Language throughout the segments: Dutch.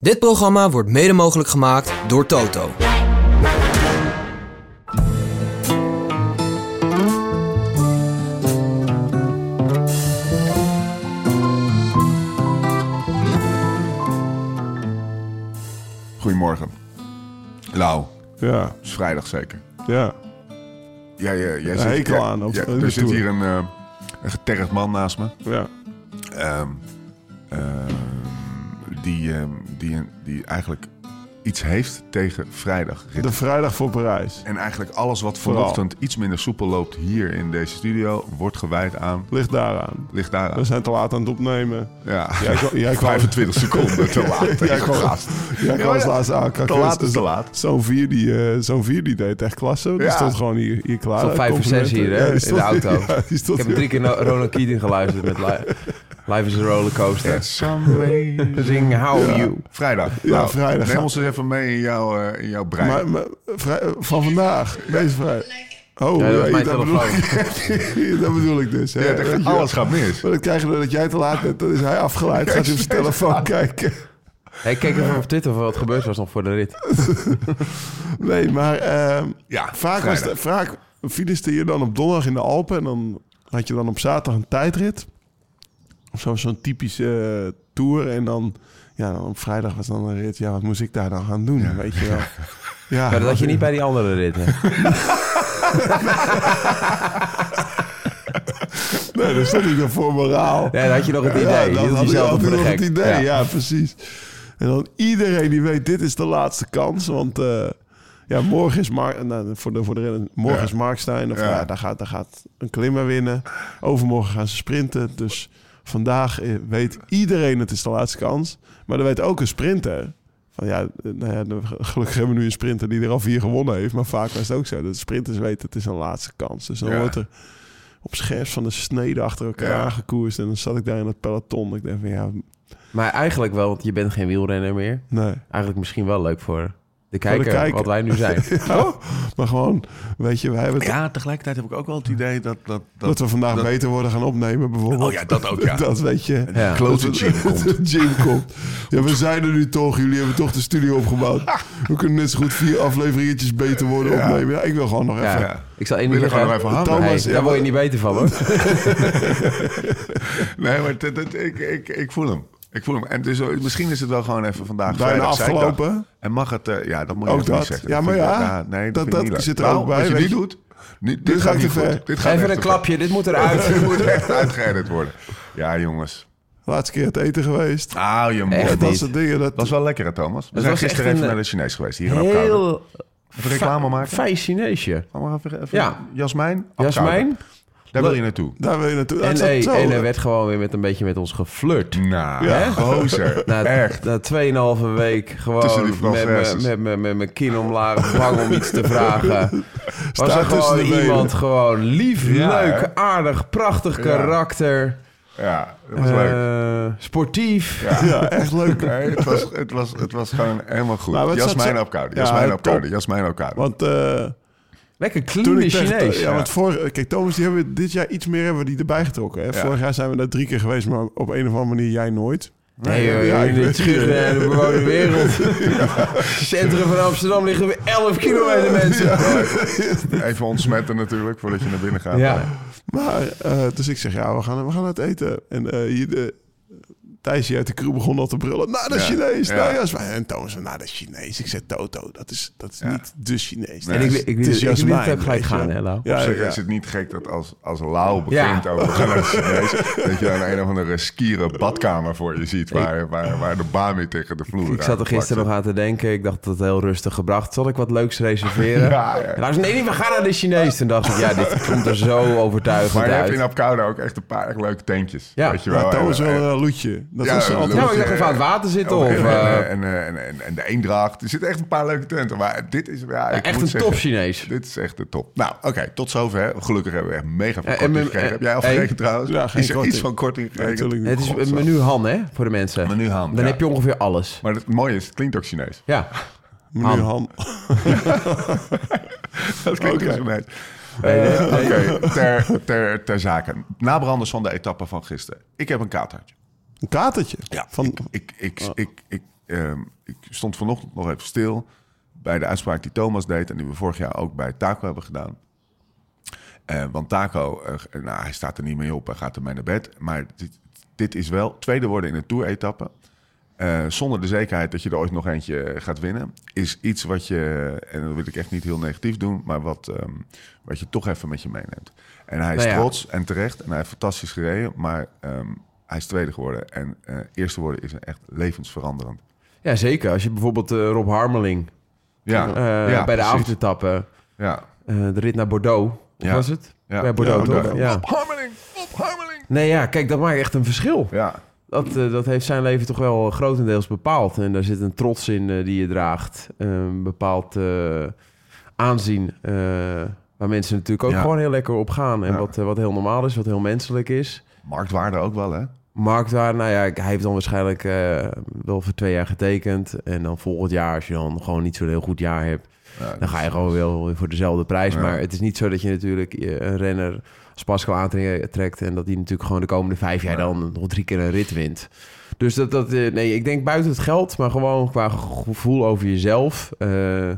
Dit programma wordt mede mogelijk gemaakt door Toto. Goedemorgen. Lau, Ja, het is vrijdag zeker. ja. Ja, ja, jij Een zit, hekel ja, aan, of- ja, eh, er de zit toer. hier een, eh, een getergd man naast me. Ja, Ehm, ehm, die, ehm, die, die eigenlijk iets heeft tegen vrijdag. de vrijdag voor Parijs. En eigenlijk alles wat Vooral. vanochtend iets minder soepel loopt hier in deze studio, wordt gewijd aan. Ligt daaraan. Ligt We daar zijn te laat aan het opnemen. Ja, Jij, kwam- jij kwam, 25 seconden te laat. eh, Jij kwam- gast. jij kwam Ja, als ja. laatste aan. Te laat is te laat. Zo'n vier, die, eh, zo'n vier die deed echt klasse. Die Ja. stond gewoon hier, hier klaar. Zo'n vijf of zes hier, hè, Ja, die in stond- de auto. ja, die stond Ik heb drie keer naar Ronan Keating geluisterd met li- Life is a Rollercoaster. Yes, some way. Zing How You. Vrijdag. Nou, Ja, vrijdag. Neem ons eens even mee in jouw, eh, in jouw brein. Maar, maar vrij- van vandaag, deze vrij. Oh, Ja, dat was ja, mijn dat, bedoel, telefoon. dat bedoel ik dus. Hè, Ja, dat- Weet je wel. alles gaat mis. Maar dat krijg je doordat jij te laat bent. Dan is hij afgeleid. Gaat hij op zijn telefoon kijken. Hey, kijk even op Twitter voor wat gebeurd was nog voor de rit. Nee, maar ehm, Ja, vaak, was vrijdag. de, vaak fieliste je dan op donderdag in de Alpen... en dan had je dan op zaterdag een tijdrit. Of zo, zo'n typische eh, tour. En dan, ja, dan op vrijdag was dan een rit. Ja, wat moest ik daar dan gaan doen, weet je wel. Ja, Maar dat had was je niet ik- bij die andere rit, hè? Nee, dan stond ik dan voor moraal. Nee, dan had je nog het idee. Ja, je dan hield had ik jezelf altijd voor de nog gek. het idee. Ja. Ja. precies. En dan iedereen die weet, dit is de laatste kans. Want eh, ja, morgen is Mark... Nou, voor de, voor de reden, morgen Ja. is Markstein. Of Ja. ja. daar, gaat, daar gaat een klimmer winnen. Overmorgen gaan ze sprinten. Dus vandaag eh, weet iedereen, het is de laatste kans. Maar dat weet ook een sprinter. Van ja, eh, nou ja, de- gelukkig hebben we nu een sprinter die er al vier gewonnen heeft. Maar vaak was het ook zo. Dat sprinters weten, het is een laatste kans. Dus dan Ja. wordt er op scherps van de snede achter elkaar Ja. aangekoerst. En dan zat ik daar in het peloton. Ik dacht van ja, Maar eigenlijk wel, want je bent geen wielrenner meer. nee. Eigenlijk misschien wel leuk voor de kijker, kijker. wat wij nu zijn. Ja, maar gewoon, weet je, wij hebben het, Ja, tegelijkertijd heb ik ook wel het idee dat... Dat, dat, we vandaag beter worden gaan opnemen bijvoorbeeld. Oh ja, dat ook, ja. Dat weet je. Ja. Close gym komt. De gym komt. Ja, we zijn er nu toch. Jullie hebben toch de studio opgebouwd. We kunnen net zo goed vier afleveringetjes beter worden Ja. opnemen. Ja, ik wil gewoon nog Ja. even... Ja. Ik zal één Wil ding je gewoon nog zeggen. even hangen? Thomas, Hey, ja, daar word je maar- niet beter van, hoor. Nee, maar dat, dat- ik, ik, ik voel hem. Ik voel hem. En dus, eh, misschien is het wel gewoon even vandaag Bijna vrijdag, zijdag. afgelopen. En mag het... eh, ja, dat moet je Ook ook niet dat. zeggen. Ja, Dat maar vind ik- ja, nee, dat, dat- vind ik niet dat leuk. zit er ook Nou, bij, Wat je weet niet je. doet... Niet, dit, Dit gaat gaat niet te ver. goed. Dit gaat Even echt te een ver. klapje, dit moet eruit. Dit moet echt uitgeredend worden. Ja, jongens. Laatste keer het eten geweest. Hou je mond. Echt Dat dat niet. soort dingen. Dat, was wel lekker, hè, Thomas. We Het zijn was echt gisteren even een- naar de Chinees geweest. Hier in Apeldoorn. Heel... Even reclame maken. Fijn Chineesje. Gaan we even... even Ja. Jasmijn. Apeldoorn. Jasmijn? Daar wil je naartoe. daar wil je naartoe. Dat En, is dat hey, zo. en er werd gewoon weer met een beetje met ons geflirt. Nou, Ja. Nou, gozer. Na, echt. na 2,5 week Tussen die gewoon met me- Franseses. met me- met mijn kin omlaag, bang om iets te vragen. Was tussen er gewoon de benen. iemand gewoon lief, Ja, leuk, hè? aardig, prachtig karakter. Ja, dat was leuk. eh, sportief. Ja. Ja, echt leuk. Nee, het, was, het, was, het was gewoon helemaal goed. Maar wat zat Jasmijn ze- opkouden. Ja, Jasmijn top. opkouden. Jasmijn opkouden. Want eh, Lekker toen clean ik tegen- Chinees. Ja, Ja. want vorig, kijk, Thomas, die hebben we dit jaar iets meer hebben we die erbij getrokken. Hè? Ja. Vorig jaar zijn we daar drie keer geweest, maar op een of andere manier jij nooit. Nee, Ja, joh, joh, ik in de weet terug het. naar de bewoonde wereld. Centrum van Amsterdam liggen weer 11 kilometer mensen. Even ontsmetten natuurlijk, voordat je naar binnen gaat. Ja. Maar, eh, dus ik zeg, ja, we gaan, we gaan uit eten. En eh hier, de, Thijs hier uit de crew begon al te brullen. Nou, dat Ja. Chinees. Ja. Nou, ja, is waar. En Thomas, nou, dat is Chinees. Ik zei, Toto, dat is, dat is niet de Chinees. Nee. En ik, ik, ik, ik, ik liet het Jasmijn, ook gelijk weet je gaan, wel. hè, Lau? Op Ja, zich ja. is het niet gek dat als, als Lau begint Ja. over gaan naar de Chinees... dat je dan een of andere skieren badkamer voor je ziet... waar, waar, waar de baan weer tegen de vloer Ik zat er gisteren nog aan te denken. Ik dacht dat het heel rustig gebracht. Zal ik wat leuks reserveren? Ja, ja. En hij zei, nee, nee, we gaan naar de Chinees. Toen dacht ik, ja, dit komt er zo overtuigend Maar je nou- hebt uit. in Apeldoorn ook echt een paar echt leuke tentjes. Ja. eh, weet je wel. Ja, Thomas En- eh, wil en- een eh, loetje. Dat Ja, was een altijd... Ja, maar Nou, ik dacht even aan het water zitten. Of, en, eh, en, eh, en, en, en de Eendracht. Er zitten echt een paar leuke tenten. Maar dit is... Ja, ik echt moet een zeggen, top Chinees. Dit is echt de top. Nou, oké, tot zover. Gelukkig hebben we echt mega veel Ja, en korting mijn- gekregen. eh, Heb jij al hey. gekregen trouwens? Ja, geen is er iets korting. van korting gekregen? natuurlijk niet. Het is een menu Han, hè, voor de mensen. Menu Han, Dan ja. heb je ongeveer alles. Maar het mooie is, het klinkt ook Chinees. Ja. Meneer Han. Dat klinkt ook Oké. Chinees. Nee, nee, Eh, nee. Oké, ter, ter, ter zake. Nabranders van de etappe van gisteren. Ik heb een katertje. Een katertje. Ja, Van, ik, ik, ik, ik, ik ehm, ik stond vanochtend nog even stil bij de uitspraak die Thomas deed en die we vorig jaar ook bij Taco hebben gedaan. Eh, want Taco, eh, nou, hij staat er niet mee op, hij gaat ermee naar bed. Maar dit, dit is wel tweede worden in een tour-etappe. Eh, zonder de zekerheid dat je er ooit nog eentje gaat winnen, is iets wat je, en dat wil ik echt niet heel negatief doen, maar wat, ehm, wat je toch even met je meeneemt. En hij is Nou ja. trots en terecht en hij heeft fantastisch gereden, maar ehm, hij is tweede geworden. En eh, eerste worden is echt levensveranderend. Ja, zeker. Als je bijvoorbeeld eh, Rob Harmeling Ja, eh, ja, bij de precies. avondetappen, Ja, eh, de rit naar Bordeaux, of Ja. was het? ja. Bij Bordeaux, ja, toch? Bordeaux. Ja. Bob Harmeling, Bob Harmeling. Nee, ja, kijk, dat maakt echt een verschil. Ja, Dat, eh, dat heeft zijn leven toch wel eh, grotendeels bepaald. En daar zit een trots in eh, die je draagt. Een bepaald eh, aanzien. eh, waar mensen natuurlijk ook Ja. gewoon heel lekker op gaan. En Ja. wat, eh, wat heel normaal is, wat heel menselijk is. marktwaarde ook wel, hè? Marktwaar, nou ja, hij heeft dan waarschijnlijk eh, wel voor twee jaar getekend. En dan volgend jaar, als je dan gewoon niet zo'n heel goed jaar hebt, Ja, dan ga je gewoon wel voor dezelfde prijs. Ja. Maar het is niet zo dat je natuurlijk eh, een renner als Pascal aantrekt en dat die natuurlijk gewoon de komende vijf jaar Ja. dan nog drie keer een rit wint. Dus dat, dat eh, nee, ik denk buiten het geld, maar gewoon qua gevoel over jezelf. eh,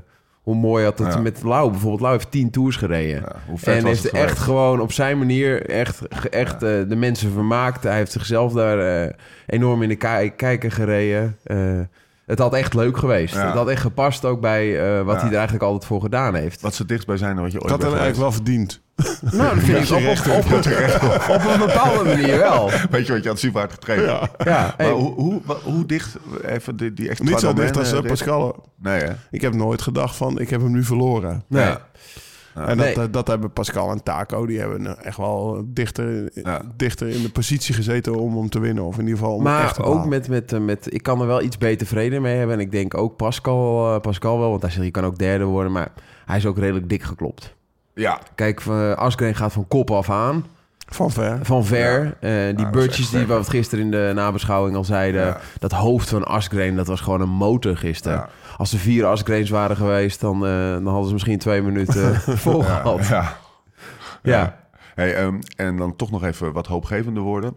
hoe mooi had dat Ja. met Lau bijvoorbeeld. Lau heeft tien tours gereden. ja, hoe vet En was heeft het echt geweest? gewoon op zijn manier echt, ge- echt eh, de mensen vermaakt. Hij heeft zichzelf daar eh, enorm in de ki- kijker gereden. Eh, het had echt leuk geweest. Ja. Het had echt gepast ook bij eh, wat Ja. hij er eigenlijk altijd voor gedaan heeft. Wat ze dichtstbij zijn dan wat je Ik ooit had bent hem eigenlijk geweest. wel verdiend. Nou, dat vind ik op, op, op, op, een bepaalde manier wel. Weet je wat je had super hard getraind? Ja. Ja, Maar hey, hoe, hoe, wa- hoe dicht, even die, die echt Niet zo Twadamene dicht als eh, dicht? Pascal. Nee, hè? Ik heb nooit gedacht van, ik heb hem nu verloren. nee. Ja. En dat, Nee. dat, dat hebben Pascal en Taco, die hebben eh, echt wel dichter, eh, Ja. dichter in de positie gezeten om hem te winnen. Of in ieder geval om echt te Maar ook behalen. met, met, eh, met, ik kan er wel iets beter vrede mee hebben. En ik denk ook Pascal, eh, Pascal wel, want hij zegt je kan ook derde worden. Maar hij is ook redelijk dik geklopt. Ja, Kijk, eh, Asgreen gaat van kop af aan. Van ver. Van ver. eh, die Nou, dat is burtjes echt die we lekker. wat gisteren in de nabeschouwing al zeiden. Ja. Dat hoofd van Asgreen, dat was gewoon een motor gisteren. Ja. Als er vier Asgreens waren geweest, dan, eh, dan hadden ze misschien twee minuten eh, vol ja, gehad. Ja. ja. Hey, ehm, en dan toch nog even wat hoopgevende woorden.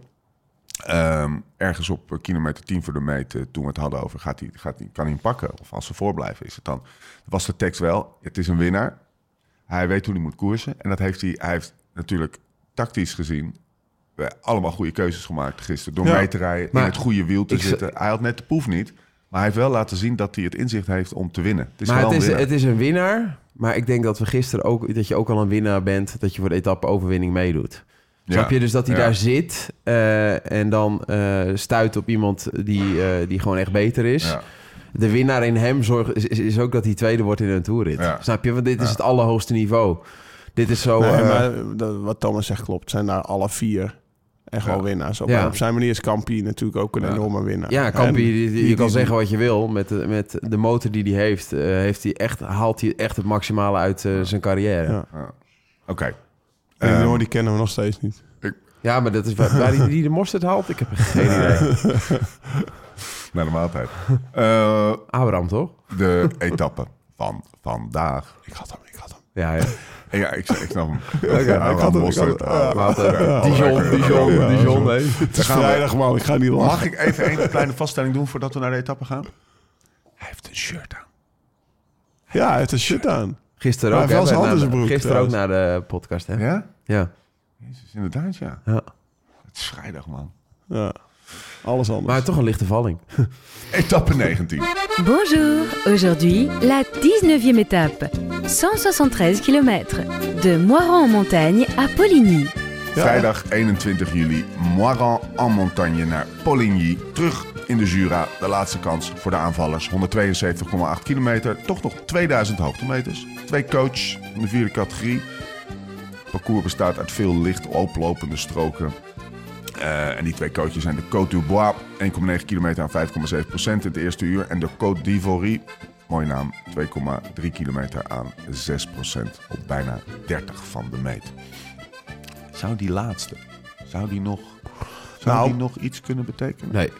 Ehm, ergens op kilometer 10 voor de meet, eh, toen we het hadden over gaat hij, gaat hij, kan hij hem pakken? Of als ze voorblijven, is het dan. Was de tekst wel: het is een winnaar. Hij weet hoe hij moet koersen. En dat heeft hij, hij heeft natuurlijk tactisch gezien eh, allemaal goede keuzes gemaakt gisteren. Door Ja. mee te rijden, Maar in het goede wiel te ik z- zitten. Hij had net de proef niet. Maar hij heeft wel laten zien dat hij het inzicht heeft om te winnen. Het is maar wel het is, een winnaar. het is een winnaar. Maar ik denk dat we gisteren ook dat je ook al een winnaar bent, dat je voor de etappe overwinning meedoet. Ja. Snap je dus dat hij Ja. daar zit eh, en dan eh, stuit op iemand die, eh, die gewoon echt beter is. Ja. De winnaar in hem zorgt, is, is- is ook dat hij tweede wordt in een toerrit. Ja. Snap je? Want dit is het allerhoogste niveau. Dit is zo... Nee, eh, maar dat- wat Thomas zegt klopt. Zijn daar alle vier echt Ja. wel winnaars. Op, Ja. op zijn manier is Kampi natuurlijk ook een Ja. enorme winnaar. ja, Kampi, En die- die- die- je kan die- zeggen wat je wil. Met de, met de motor die hij heeft, eh, heeft hij echt, haalt hij echt het maximale uit eh, zijn carrière. Ja. Ja. Oké. die Ehm, jongen, die kennen we nog steeds niet. maar dat is waar, waar hij die de mosterd haalt. Ik heb geen idee. Eh, naar de maaltijd. Eh, Abraham, toch? de etappe van vandaag. Ik had hem, ik had hem. Ja, ja. En ja, ik, ik snap hem. Eh, ik had ah. hem, ik had hem. Ja. Maar altijd, Ja. eh, Dijon, Dijon, Ja, Dijon. nee. Het is gaan we. vrijdag, man. Ik ga niet lachen. Mag ik even een kleine vaststelling doen voordat we naar de etappe gaan? Hij heeft een shirt aan. Ja, het is shit aan. Gisteren Maar ook, hij hè, heeft wel zijn bij- handen in na zijn de- broek, Gisteren ook naar de podcast, hè? Ja? Ja. Jezus, inderdaad, ja. ja. Het is vrijdag, man. Ja. Alles anders. Maar toch een lichte valling. Etappe 19. Bonjour, aujourd'hui la 19e étape, 173 km, de Moiran en montagne à Poligny. Vrijdag 21 juli. Moiran en Montagne naar Poligny. Terug in de Jura. De laatste kans voor de aanvallers. 172,8 kilometer. Toch nog 2000 hoogtemeters. Twee coach in de vierde categorie. Het parcours bestaat uit veel licht oplopende stroken. Eh, en die twee coaches zijn de Côte du Bois, 1,9 kilometer aan 5,7 procent in het eerste uur. En de Côte d'Ivory, mooie naam, 2,3 kilometer aan 6 procent op bijna 30 van de meet. Zou die laatste, zou die nog, zou Nou. Oh, die nog iets kunnen betekenen? Nee.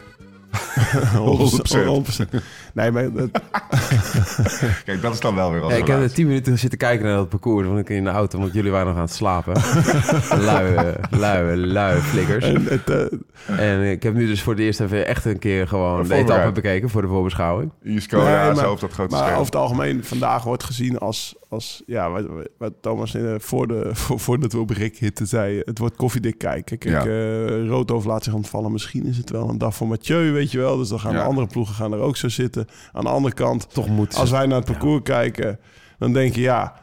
Nee, maar dat, Kijk, dat is dan wel weer als Ja, ik heb relatie. er tien minuten zitten kijken naar dat parcours. Want ik in de auto, want jullie waren nog aan het slapen. lui, eh, lui, lui flikkers. en het, eh, En ik heb nu dus voor het eerst even echt een keer gewoon de voorbereid. etappe bekeken voor de voorbeschouwing. Hier is Skoda, Nee, maar- zo op dat grote maar scherm. over het algemeen vandaag wordt gezien als, als ja, wat, wat Thomas eh, voor de, voor, voordat we op Rick hitten zei, het wordt koffiedik kijken. Ja. Kijk, eh, Roodhoofd laat zich ontvallen. Misschien is het wel een dag voor Mathieu, weet je wel. Dus dan gaan Ja. de andere ploegen gaan er ook zo zitten. Aan de andere kant, Toch moet ze- als wij naar het parcours kijken, dan denk je ja,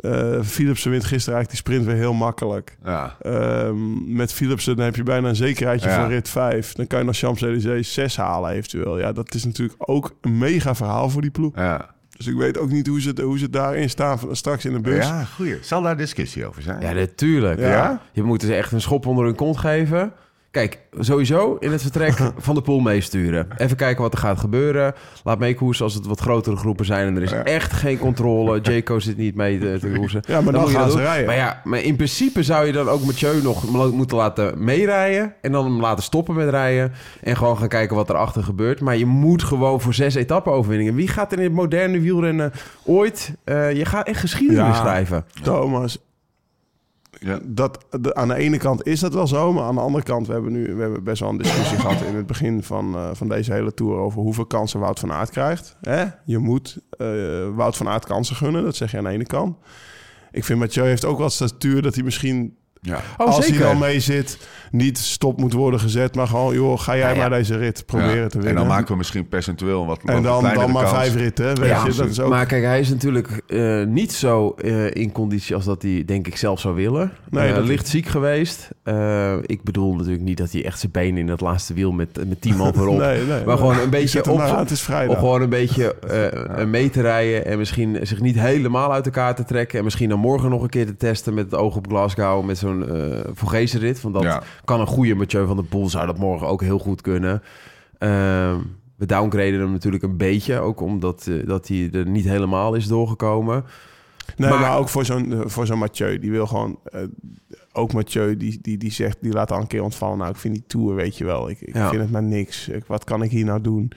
eh Philipsen wint gisteren eigenlijk die sprint weer heel makkelijk. Ja. Ehm, met Philipsen dan heb je bijna een zekerheidje Ja. van rit 5. Dan kan je nog Champs-Élysées 6 halen eventueel. Ja, dat is natuurlijk ook een mega verhaal voor die ploeg. Ja. Dus ik weet ook niet hoe ze, hoe ze daarin staan van- straks in de bus. ja, goeie. Zal daar discussie over zijn? Ja, natuurlijk. Dus- Ja? Je moet dus echt een schop onder hun kont geven. Kijk, sowieso in het vertrek van de pool meesturen. Even kijken wat er gaat gebeuren. Laat meekoersen als het wat grotere groepen zijn. En er is echt geen controle. Jaco zit niet mee te, te koersen. Ja, maar dan moet je gaan dat ze doen. rijden. Maar ja, maar in principe zou je dan ook Mathieu nog mo- moeten laten meerijden. En dan hem laten stoppen met rijden. En gewoon gaan kijken wat erachter gebeurt. Maar je moet gewoon voor zes etappe-overwinningen. Wie gaat er in het moderne wielrennen ooit... eh, je gaat echt geschiedenis Ja. schrijven. Thomas, Ja. dat, de- aan de ene kant is dat wel zo, maar aan de andere kant, we hebben nu we hebben best wel een discussie gehad in het begin van, eh, van deze hele tour over hoeveel kansen Wout van Aert krijgt. Hè? Je moet eh, Wout van Aert kansen gunnen, dat zeg je aan de ene kant. Ik vind Mathieu heeft ook wel statuur dat hij misschien, Ja. Oh, als zeker. hij dan mee zit, niet stop moet worden gezet, maar gewoon, joh, ga jij Ja, ja. maar deze rit proberen te winnen. En dan maken we misschien percentueel wat wat En dan, kleinere dan maar kans. vijf ritten, hè, weet Ja, je, dat is ook... Maar kijk, hij is natuurlijk eh, niet zo eh, in conditie als dat hij denk ik zelf zou willen. Nee, Eh, dat- licht ziek geweest. Eh, ik bedoel natuurlijk niet dat hij echt zijn benen in dat laatste wiel met, met tien man voorop. Nee, nee, maar gewoon een Je beetje zet hem op, maar aan, het is vrijdag. of gewoon een beetje eh, mee te rijden en misschien zich niet helemaal uit elkaar te trekken. En misschien dan morgen nog een keer te testen met het oog op Glasgow met zo'n eh Vogezen rit. Want dat Ja. kan een goede Mathieu van der Poel, zou dat morgen ook heel goed kunnen. Ehm, we downgraden hem natuurlijk een beetje, ook omdat eh, dat hij er niet helemaal is doorgekomen. Nee, maar, Maar- ook voor zo'n, eh, voor zo'n Mathieu. Die wil gewoon... eh, ook Mathieu, die, die, die zegt... Die laat al een keer ontvallen. Nou, ik vind die Tour, weet je wel. Ik, ik Ja. vind het maar niks. Ik, wat kan ik hier nou doen?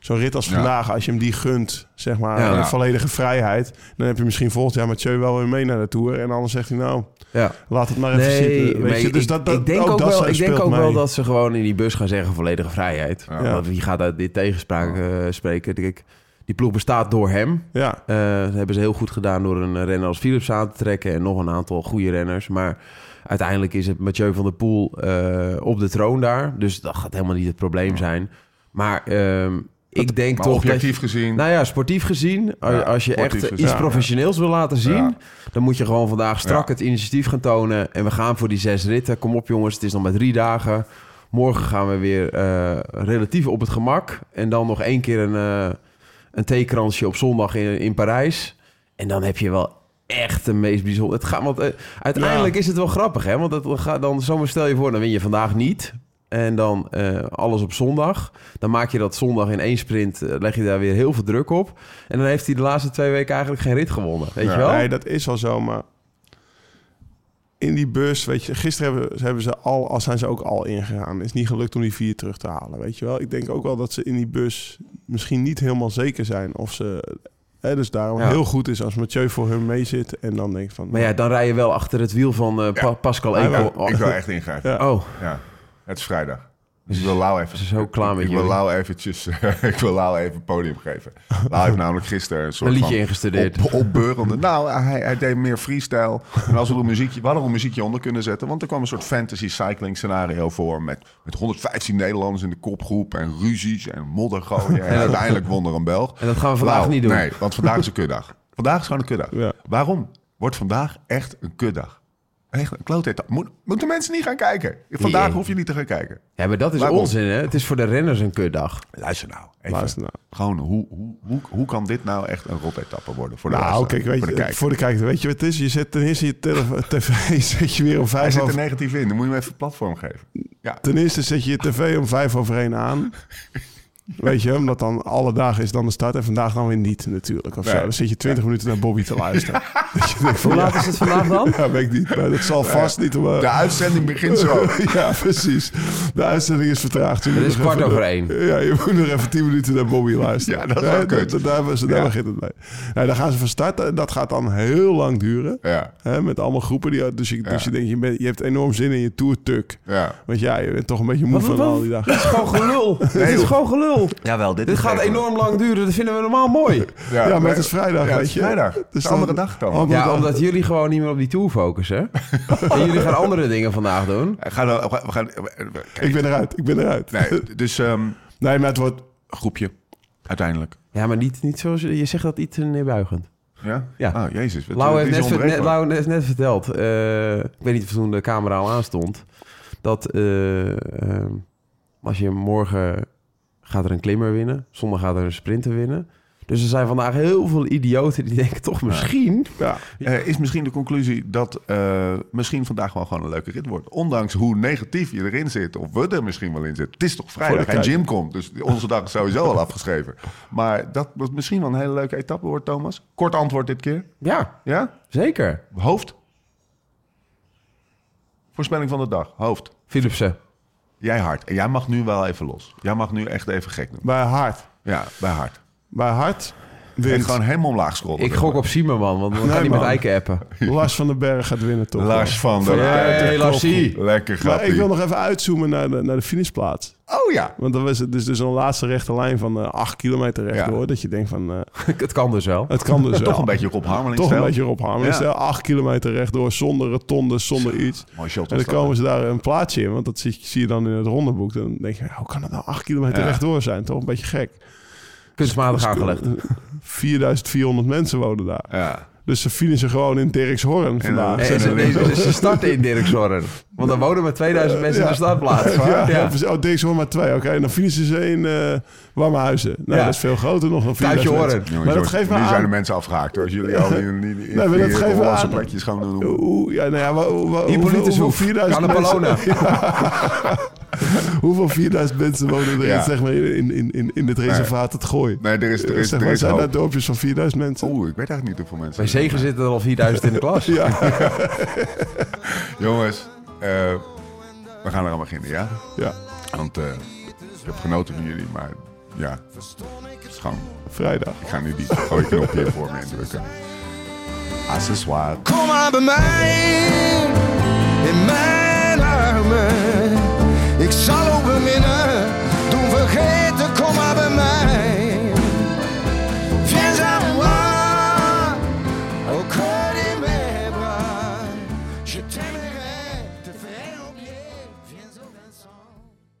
Zo'n rit als Ja. vandaag, als je hem die gunt, zeg maar, Ja. eh, volledige vrijheid... dan heb je misschien volgend jaar Mathieu wel weer mee naar de Tour. En anders zegt hij, nou, Ja. laat het maar even zitten. Weet maar je? Dus ik, dat, dat, ik denk dat ook, wel, ze- ik denk speelt ook wel mee. dat ze gewoon in die bus gaan zeggen volledige vrijheid. Ja. Want wie gaat uit dit tegenspraak eh, spreken? Kijk, die ploeg bestaat door hem. Ja, Eh, dat hebben ze heel goed gedaan door een eh, renner als Philips aan te trekken en nog een aantal goede renners. Maar uiteindelijk is het Mathieu van der Poel eh, op de troon daar. Dus dat gaat helemaal niet het probleem zijn. Maar ehm, ik denk Maar toch. dat je- objectief gezien... nou ja, sportief gezien, a- Ja, als je echt sportief gezien, iets ja. professioneels wil laten zien, Ja. dan moet je gewoon vandaag strak Ja. het initiatief gaan tonen. En we gaan voor die zes ritten. Kom op jongens, het is nog maar drie dagen. Morgen gaan we weer eh, relatief op het gemak. En dan nog één keer een, eh een theekransje op zondag in, in Parijs. En dan heb je wel echt de meest bijzonder. Het gaat, want eh, uiteindelijk is het wel grappig, hè? Want dat gaat dan zomaar stel je voor, dan win je vandaag niet. En dan eh, alles op zondag. Dan maak je dat zondag in één sprint, eh, leg je daar weer heel veel druk op. En dan heeft hij de laatste twee weken eigenlijk geen rit gewonnen. Weet je wel? nee, dat is al zo, maar... In die bus, weet je, gisteren hebben, ze- hebben ze al, al zijn ze ook al ingegaan. Het is niet gelukt om die vier terug te halen, weet je wel. Ik denk ook wel dat ze in die bus misschien niet helemaal zeker zijn of ze... Hè, dus daarom Ja. heel goed is als Mathieu voor hun mee zit en dan denk ik van... nou, Maar ja, dan rij je wel achter het wiel van eh, Pa- Pascal Ja, Ekel. ik wil echt eh, ingrijpen. Ja. Ja. Oh, Het is vrijdag. Dus ik wil Lau even... Ze is zo klaar met ik wil jullie. Lau eventjes... ik wil Lau even een podium geven. Lau heeft namelijk gisteren een soort een liedje van ingestudeerd. Op, opbeurende. Nou, hij, hij deed meer freestyle. En als we er een muziekje, we hadden er een muziekje onder kunnen zetten. Want er kwam een soort fantasy cycling scenario voor. Met, met 115 Nederlanders in de kopgroep. En ruzies en moddergooien. En uiteindelijk won er een Belg. En dat gaan we vandaag Nou, niet doen. Nee, want vandaag is een kutdag. Vandaag is gewoon een kutdag. Ja. Waarom? Wordt vandaag echt een kutdag. Echt een klote Moet, Moeten mensen niet gaan kijken. Vandaag Nee. hoef je niet te gaan kijken. Ja, maar dat is Waarom? onzin, hè? Het is voor de renners een kutdag. Luister nou. Even. Luister nou. Gewoon, hoe, hoe, hoe, hoe kan dit nou echt een rot etappe worden voor de Nou, luisteraar, kijk, weet voor de je, kijker? voor de kijker, weet je wat het is? Je zet ten eerste je tele- tv zet je weer om Hij vijf zit er over... negatief in. Dan moet je hem even platform geven. Ja. Ten eerste zet je je tv om vijf over één aan. Weet je, omdat dan alle dagen is dan de start en vandaag dan weer niet natuurlijk. Of Nee. zo. Dan zit je 20 minuten naar Bobby te luisteren. dat je denkt van, Hoe ja, laat is het vandaag dan? ja, weet ik niet. Maar dat zal vast niet om... eh, De uitzending begint zo. ja, precies. De uitzending is vertraagd. Het is kwart over één. Ja, je moet nog even 10 miniten naar Bobby luisteren. Ja, dat is wel Nee, kut. dat- Daar, was- daar Ja. begint het mee. Nou, dan gaan ze van start. eh, Dat gaat dan heel lang duren. Ja, Hè, met allemaal groepen. Die, dus, je, Ja. dus je denkt, je, bent, je hebt enorm zin in je toertuk. ja. Want ja, je bent toch een beetje moe Wat- van wat- al die dagen. Dit is gewoon gelul. Dit joh. is gewoon gelul. Jawel, dit, Dit is gaat even- enorm lang duren. Dat vinden we normaal mooi. Ja, maar het is vrijdag, Ja, het weet is je. vrijdag. Het is een andere dag dan. allemaal Ja, omdat jullie gewoon niet meer op die tour focussen. en jullie gaan andere dingen vandaag doen. Ga dan, we gaan, we- we- kijk. Ik ben eruit, ik ben eruit. Nee, dus ehm, Nee, maar het wordt... groepje, uiteindelijk. Ja, maar niet, niet zoals... Je zegt dat iets neerbuigend. Ja? Ja. Oh, jezus. wat- Lau eh, wat heeft is net, ver- onderbreekt net- worden. Lau heeft net verteld, eh, ik weet niet of toen de camera al aanstond, dat eh, ehm, als je morgen gaat er een klimmer winnen, zondag gaat er een sprinter winnen. Dus er zijn vandaag heel veel idioten die denken toch misschien. Ja, Eh, is misschien de conclusie dat eh, misschien vandaag wel gewoon een leuke rit wordt. Ondanks hoe negatief je erin zit, of we er misschien wel in zitten. Het is toch vrijdag en kijker. Jim komt, dus onze dag is sowieso al afgeschreven. Maar dat was misschien wel een hele leuke etappe wordt, Thomas. Kort antwoord dit keer. Ja, Ja? zeker. Hoofd? Voorspelling van de dag. Hoofd. Philipsen. Jij hard. En jij mag nu wel even los. Jij mag nu echt even gek doen. bij hart. Ja, bij hard. Bij hart En wint gewoon helemaal omlaag scrollen. Ik gok op Siemerman, want dan Nee, kan hij met man. Eiken appen. Lars van den Berg gaat winnen, toch? Lars van der Vanuit Berg. Hey, Larsie. Lekker Maar grappig. ik wil nog even uitzoomen naar de, naar de finishplaats. Oh ja. Want dan is het dus, dus een laatste rechte lijn van eh 8 kilometer rechtdoor. Dat je denkt van, eh, Het kan dus wel. het kan dus Toch wel. een beetje Rob Harmeling Toch een stijl. beetje erop Ja. hangen. 8 kilometer rechtdoor, zonder rotonde, zonder iets. Mooi shot. En was dan dat, komen ze daar een plaatsje in, want dat zie, zie je dan in het rondeboek. Dan denk je, hoe kan het nou 8 kilometer Ja. rechtdoor zijn? Toch een beetje gek. Kunstmatig aangelegd. 4400 mensen wonen daar. hè? Ja. Dus ze finishen gewoon in Dirkshorn vandaag. eh, En ze, nee, ze- ze starten in Dirkshorn. Want dan wonen maar 2000 mensen in de startplaats. ja, Ja. ja. precies. Oh, Dirkshorn maar twee. Oké, en dan finishen ze in eh Warmhuizen. Nou, Ja. dat is veel groter nog dan 4000 Tuitje mensen. Jongens, Horn. Maar dat jongens, geeft me nu zijn de aan... mensen afgehaakt. hoor. Als jullie al in, in, in, maar dat in- in geeft wel Hollandse aan- plekjes gaan doen. Oeh, ja, nou ja, wa- wa- wa- Hippolytus hoeveel- Hoef, hoeveel 4000 Annapolona. mensen- Hoeveel 4000 mensen wonen er Ja. in, zeg maar, in, in, in, in dit reservaat het gooi? Nee, er is, er is, zeg er maar, is zijn daar hoop. Oh. dorpjes van 4000 mensen? Oeh, ik weet eigenlijk niet hoeveel mensen. Bij Zegen zitten er al 4000 in de klas. Ja, Jongens, eh, we gaan er aan beginnen, ja? ja, Want eh, ik heb genoten van jullie, maar ja, het is gewoon... vrijdag. Ik ga nu die rode knop hier voor me indrukken. Accessoire. Kom maar bij mij in mijn armen. Ik zal ook beminnen, doen vergeten, kom maar bij mij. Viens à moi, au cœur de mes bras. Je t'aimerai, te ferai oublier, viens au Vincent.